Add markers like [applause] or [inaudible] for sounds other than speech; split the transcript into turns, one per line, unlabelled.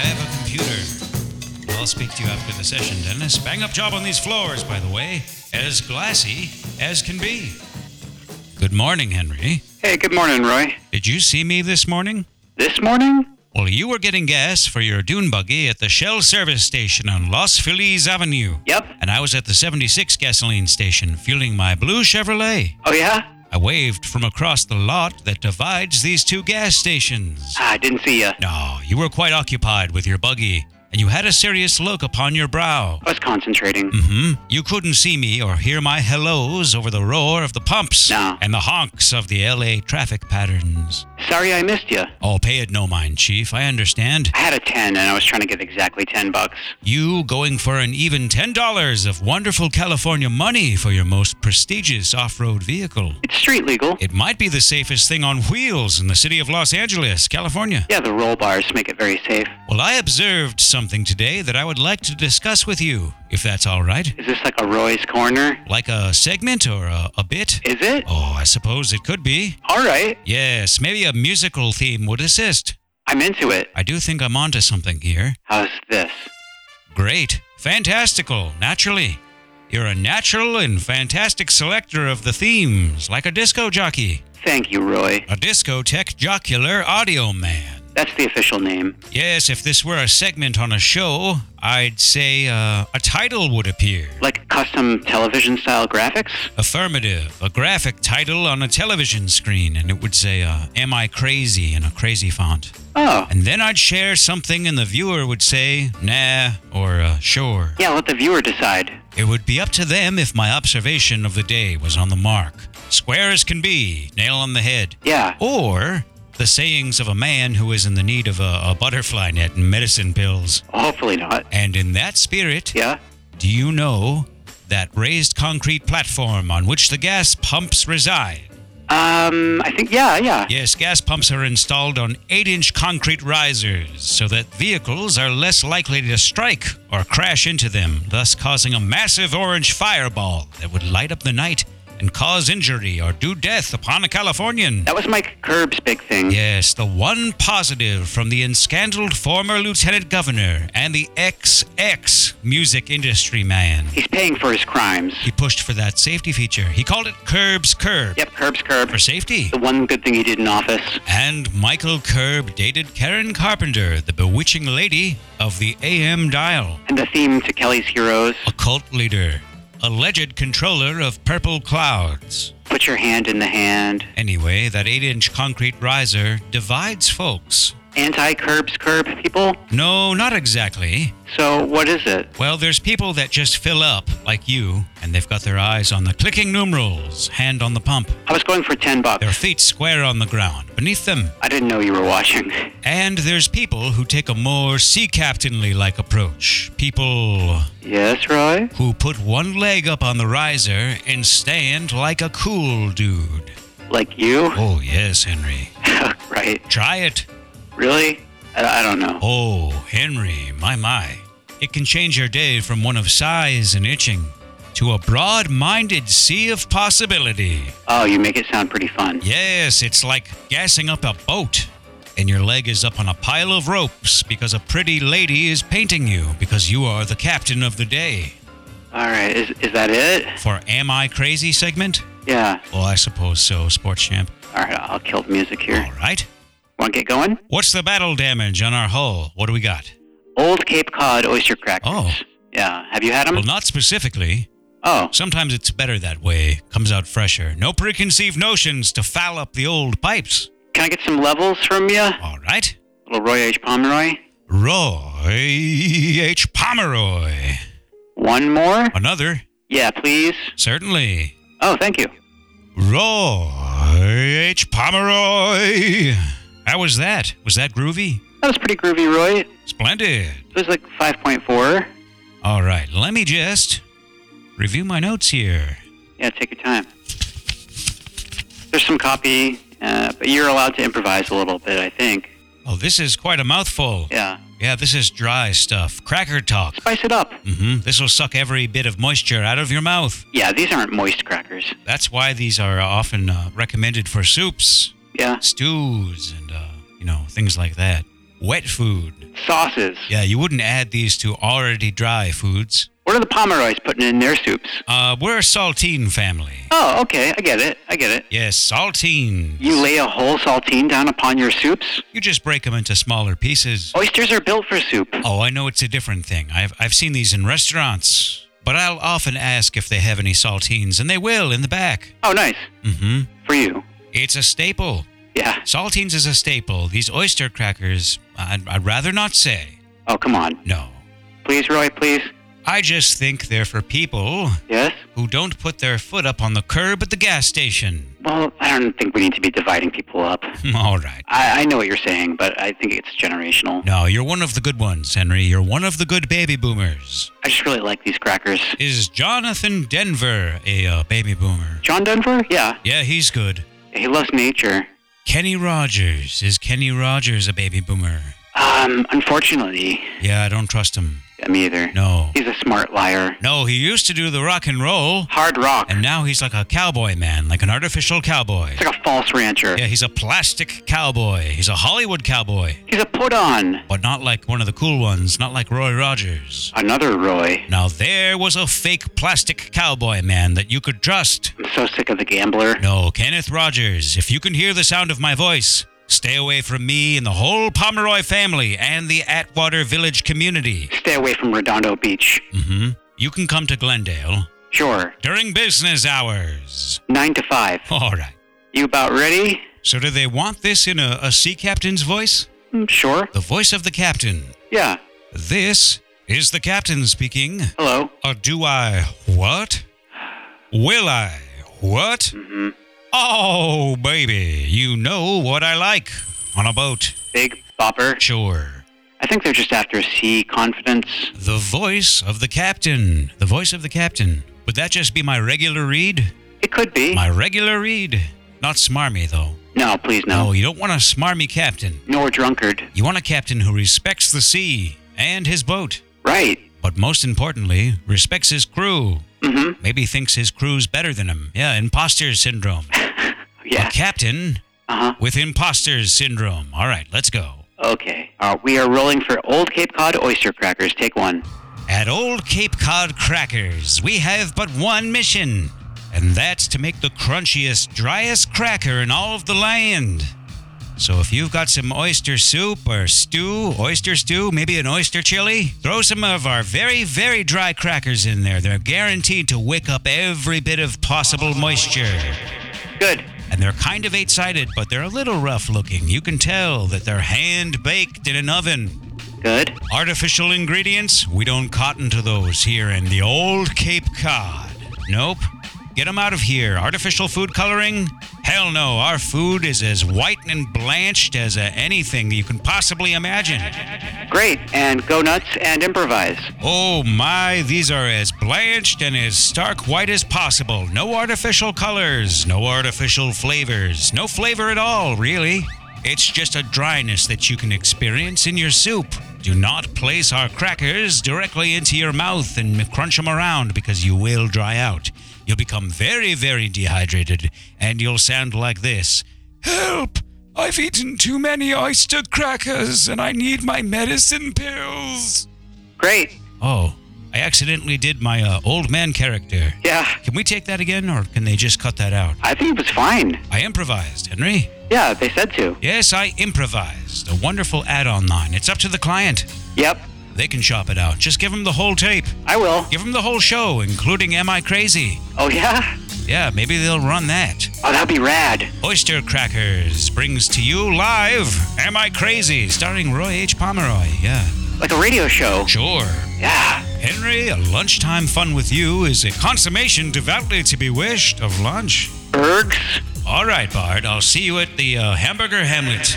computer. I'll speak to you after the session, Dennis. Bang up job on these floors, by the way. As glassy as can be. Good morning, Henry.
Hey, good morning, Roy.
Did you see me this morning?
This morning?
Well, you were getting gas for your dune buggy at the Shell service station on Los Feliz Avenue.
Yep.
And I was at the 76 gasoline station fueling my blue Chevrolet.
Oh, yeah?
I waved from across the lot that divides these two gas stations.
Ah, I didn't see ya.
No, you were quite occupied with your buggy, and you had a serious look upon your brow.
I was concentrating.
hmm You couldn't see me or hear my hellos over the roar of the pumps
No.
and the honks of the LA traffic patterns.
Sorry I missed ya.
Oh, pay it no mind, Chief. I understand.
I had a 10 and I was trying to get exactly 10 bucks.
You going for an even $10 of wonderful California money for your most prestigious off road vehicle.
It's street legal.
It might be the safest thing on wheels in the city of Los Angeles, California.
Yeah, the roll bars make it very safe.
Well, I observed something today that I would like to discuss with you, if that's all right.
Is this like a Roy's Corner?
Like a segment or a, a bit?
Is it?
Oh, I suppose it could be.
All right.
Yes, maybe a musical theme would assist.
I'm into it.
I do think I'm onto something here.
How's this?
Great. Fantastical, naturally. You're a natural and fantastic selector of the themes, like a disco jockey,
Thank you, Roy.
a discotheque jocular audio man.
That's the official name.
Yes, if this were a segment on a show, I'd say uh, a title would appear.
Like custom television style graphics?
Affirmative, a graphic title on a television screen, and it would say, uh, Am I Crazy in a crazy font.
Oh.
And then I'd share something, and the viewer would say, Nah, or uh, Sure.
Yeah, let the viewer decide.
It would be up to them if my observation of the day was on the mark. Square as can be, nail on the head.
Yeah.
Or the sayings of a man who is in the need of a, a butterfly net and medicine pills.
Hopefully not.
And in that spirit,
Yeah?
do you know that raised concrete platform on which the gas pumps reside?
Um, I think, yeah, yeah.
Yes, gas pumps are installed on 8 inch concrete risers so that vehicles are less likely to strike or crash into them, thus causing a massive orange fireball that would light up the night and cause injury or do death upon a Californian.
That was Mike Curb's big thing.
Yes, the one positive from the enscandaled former lieutenant governor and the ex-ex music industry man.
He's paying for his crimes.
He pushed for that safety feature. He called it Curb's Curb
Yep, Curb's Curb.
for safety.
The one good thing he did in office.
And Michael Curb dated Karen Carpenter, the bewitching lady of the AM dial,
And the theme to Kelly's Heroes
a cult leader, alleged controller of purple clouds.
Put Your Hand in the Hand.
Anyway, that 8 inch concrete riser divides folks.
Anti Curb's Curb people?
No, not exactly.
So what is it?
Well, there's people that just fill up, like you, and they've got their eyes on the clicking numerals, hand on the pump,
I was going for 10 bucks.
their feet square on the ground, beneath them,
I didn't know you were watching. [laughs]
And there's people who take a more sea captainly like approach. People
yes, Roy?
who put one leg up on the riser and stand like a cool dude.
Like you?
Oh, yes, Henry.
[laughs] right.
Try it.
Really? I, I don't know.
Oh, Henry, my, my. It can change your day from one of sighs and itching to a broad minded sea of possibility.
Oh, you make it sound pretty fun.
Yes, it's like gassing up a boat, and your leg is up on a pile of ropes because a pretty lady is painting you because you are the captain of the day.
All right. Is, is that it?
For Am I Crazy segment?
Yeah.
Well, I suppose so, sports champ.
All right. I'll kill the music here.
All right.
Want to get going?
What's the battle damage on our hull? What do we got?
Old Cape Cod oyster crackers.
Oh.
Yeah. Have you had them?
Well, not specifically.
oh.
Sometimes it's better that way. Comes out fresher. No preconceived notions to foul up the old pipes.
Can I get some levels from you?
All right.
Little Roy H. Pomeroy.
Roy H. Pomeroy.
One more?
Another.
Yeah, please.
Certainly.
Oh, thank you.
Roy H. Pomeroy. How was that? Was that groovy?
That was pretty groovy, Roy. It
Splendid.
was like 5.4.
All right, let me just review my notes here.
Yeah, take your time. There's some copy, uh, but you're allowed to improvise a little bit, I think.
Oh, this is quite a mouthful.
Yeah.
Yeah, this is dry stuff. Cracker talk.
Spice it up.
Mm-hmm. This will suck every bit of moisture out of your mouth.
Yeah, these aren't moist crackers.
That's why these are often uh, recommended for soups,
Yeah.
stews, and, uh, you know, things like that. wet food.
Sauces.
Yeah, you wouldn't add these to already dry foods.
What are the Pomeroys putting in their soups?
Uh, we're a saltine family.
Oh, okay. I get it. I get it.
Yes, saltines.
You lay a whole saltine down upon your soups?
You just break them into smaller pieces.
Oysters are built for soup.
Oh, I know it's a different thing. I've, I've seen these in restaurants, but I'll often ask if they have any saltines, and they will in the back.
Oh, nice.
Mm-hmm.
For you.
It's a staple.
Yeah.
Saltines is a staple. These oyster crackers, I'd, I'd rather not say.
Oh, come on.
No.
Please, Roy, please.
I just think they're for people
Yes?
who don't put their foot up on the curb at the gas station. [laughs]
Well, I don't think we need to be dividing people up.
All right.
I, I know what you're saying, but I think it's generational.
No, you're one of the good ones, Henry. You're one of the good baby boomers.
I just really like these crackers.
Is Jonathan Denver a uh, baby boomer?
John Denver? Yeah.
Yeah, he's good.
He loves nature.
Kenny Rogers. Is Kenny Rogers a baby boomer?
Um, unfortunately,
Yeah, I don't trust him.
me either.
No.
He's a smart liar.
No, he used to do the rock and roll,
Hard rock.
and now he's like a cowboy man, like an artificial cowboy.
It's like a false rancher.
Yeah, he's a plastic cowboy. He's a Hollywood cowboy,
He's a put on.
but not like one of the cool ones, not like Roy Rogers.
Another Roy.
Now, there was a fake plastic cowboy man that you could trust.
I'm so sick of the gambler.
No, Kenneth Rogers, if you can hear the sound of my voice, stay away from me and the whole Pomeroy family and the Atwater Village community.
Stay away from Redondo Beach.
hmm You can come to Glendale
Sure.
during business hours.
Nine to five.
All right.
You about ready?
So, do they want this in a, a sea captain's voice?
Mm, Sure.
The voice of the captain.
Yeah.
This is the captain speaking.
Hello.
Or do I what? Will I what?
hmm
Oh, baby, you know what I like on a boat.
Big bopper.
Sure.
I think they're just after sea confidence.
The voice of the captain. The voice of the captain. Would that just be my regular read?
It could be.
My regular read. Not smarmy, though.
No, please
No,
no.
you don't want a smarmy captain.
Nor drunkard.
You want a captain who respects the sea and his boat,
Right.
but most importantly, respects his crew.
Mm-hmm.
Maybe thinks his crew's better than him. Yeah, imposter syndrome.
Yeah.
A captain
Uh
with imposter syndrome. All right, let's go.
huh. Okay. Uh, we are rolling for Old Cape Cod oyster crackers. Take one.
At Old Cape Cod Crackers, we have but one mission, and that's to make the crunchiest, driest cracker in all of the land. So if you've got some oyster soup or stew, oyster stew, maybe an oyster chili, throw some of our very, very dry crackers in there. They're guaranteed to wick up every bit of possible moisture.
Good.
And they're kind of eight sided, but they're a little rough looking. You can tell that they're hand baked in an oven.
Good.
Artificial ingredients? We don't cotton to those here in the old Cape Cod. Nope. Get 'em out of here. Artificial food coloring? Hell no. Our food is as white and blanched as uh, anything you can possibly imagine.
Great. And go nuts and improvise.
Oh my, these are as blanched and as stark white as possible. No artificial colors, no artificial flavors, no flavor at all, really. It's just a dryness that you can experience in your soup. Do not place our crackers directly into your mouth and crunch them around because you will dry out. You'll become very, very dehydrated and you'll sound like this Help! I've eaten too many oyster crackers and I need my medicine pills.
Great.
Oh, I accidentally did my uh, old man character.
Yeah.
Can we take that again, or can they just cut that out?
I think it was fine.
I improvised, Henry.
Yeah, they said to.
Yes, I improvised. A wonderful add on line. It's up to the client.
Yep.
They can chop it out. Just give them the whole tape.
I will.
Give them the whole show, including Am I Crazy?
Oh, yeah?
Yeah, maybe they'll run that.
Oh, that'd be rad.
Oyster Crackers brings to you live Am I Crazy? starring Roy H. Pomeroy. Yeah,
Like a radio show.
sure.
Yeah.
Henry, a lunchtime fun with you is a consummation devoutly to be wished of lunch.
Bergs?
All right, Bard, I'll see you at the uh, Hamburger Hamlet.